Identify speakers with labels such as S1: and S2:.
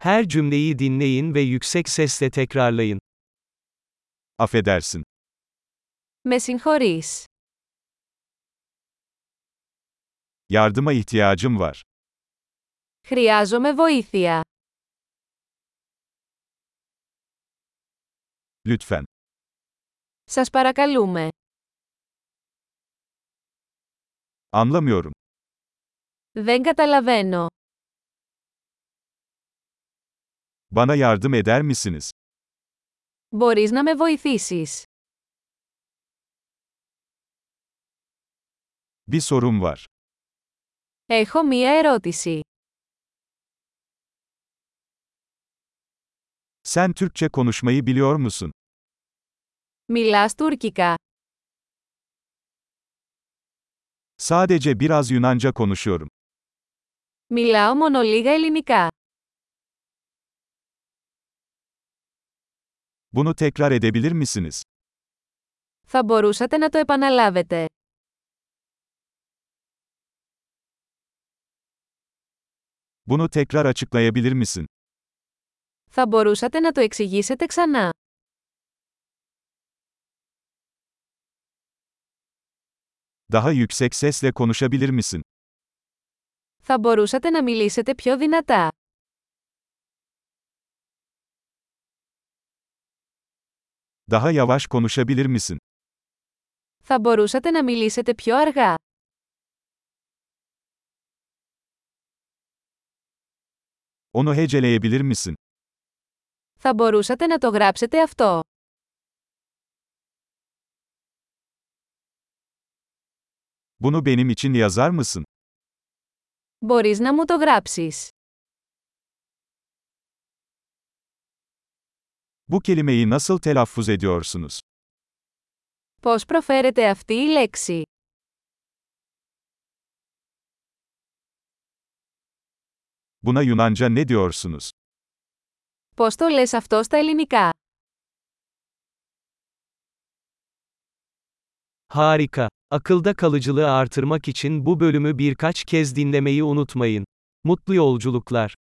S1: Her cümleyi dinleyin ve yüksek sesle tekrarlayın.
S2: Affedersin.
S3: Με συγχωρείς.
S2: Yardıma ihtiyacım var.
S3: Χρειάζομαι βοήθεια.
S2: Lütfen.
S3: Σας παρακαλούμε.
S2: Anlamıyorum.
S3: Δεν καταλαβαίνω.
S2: Bana yardım eder misiniz?
S3: Μπορείς να με βοηθήσεις.
S2: Bir sorum var.
S3: Έχω μία ερώτηση.
S2: Sen Türkçe konuşmayı biliyor musun?
S3: Μιλάς τουρκικά.
S2: Sadece biraz Yunanca konuşuyorum.
S3: Μιλάω μόνο λίγα ελληνικά.
S2: Bunu tekrar edebilir misiniz?
S3: Θα μπορούσατε να το επαναλάβετε.
S2: Bunu tekrar açıklayabilir misin?
S3: Θα μπορούσατε να το εξηγήσετε ξανά.
S2: Daha yüksek sesle konuşabilir misin?
S3: Θα μπορούσατε να μιλήσετε πιο δυνατά.
S2: Daha yavaş konuşabilir misin?
S3: Θα μπορούσατε να μιλήσετε πιο αργά.
S2: Onu heceleyebilir misin?
S3: Θα μπορούσατε να το γράψετε αυτό.
S2: Bunu benim için yazar mısın?
S3: Μπορείς να μου το γράψεις.
S2: Bu kelimeyi nasıl telaffuz ediyorsunuz?
S3: Πώς προφέρεται αυτή η λέξη.
S2: Buna Yunanca ne diyorsunuz?
S3: Πώς το λες αυτό στα ελληνικά.
S1: Harika. Akılda kalıcılığı artırmak için bu bölümü birkaç kez dinlemeyi unutmayın. Mutlu yolculuklar.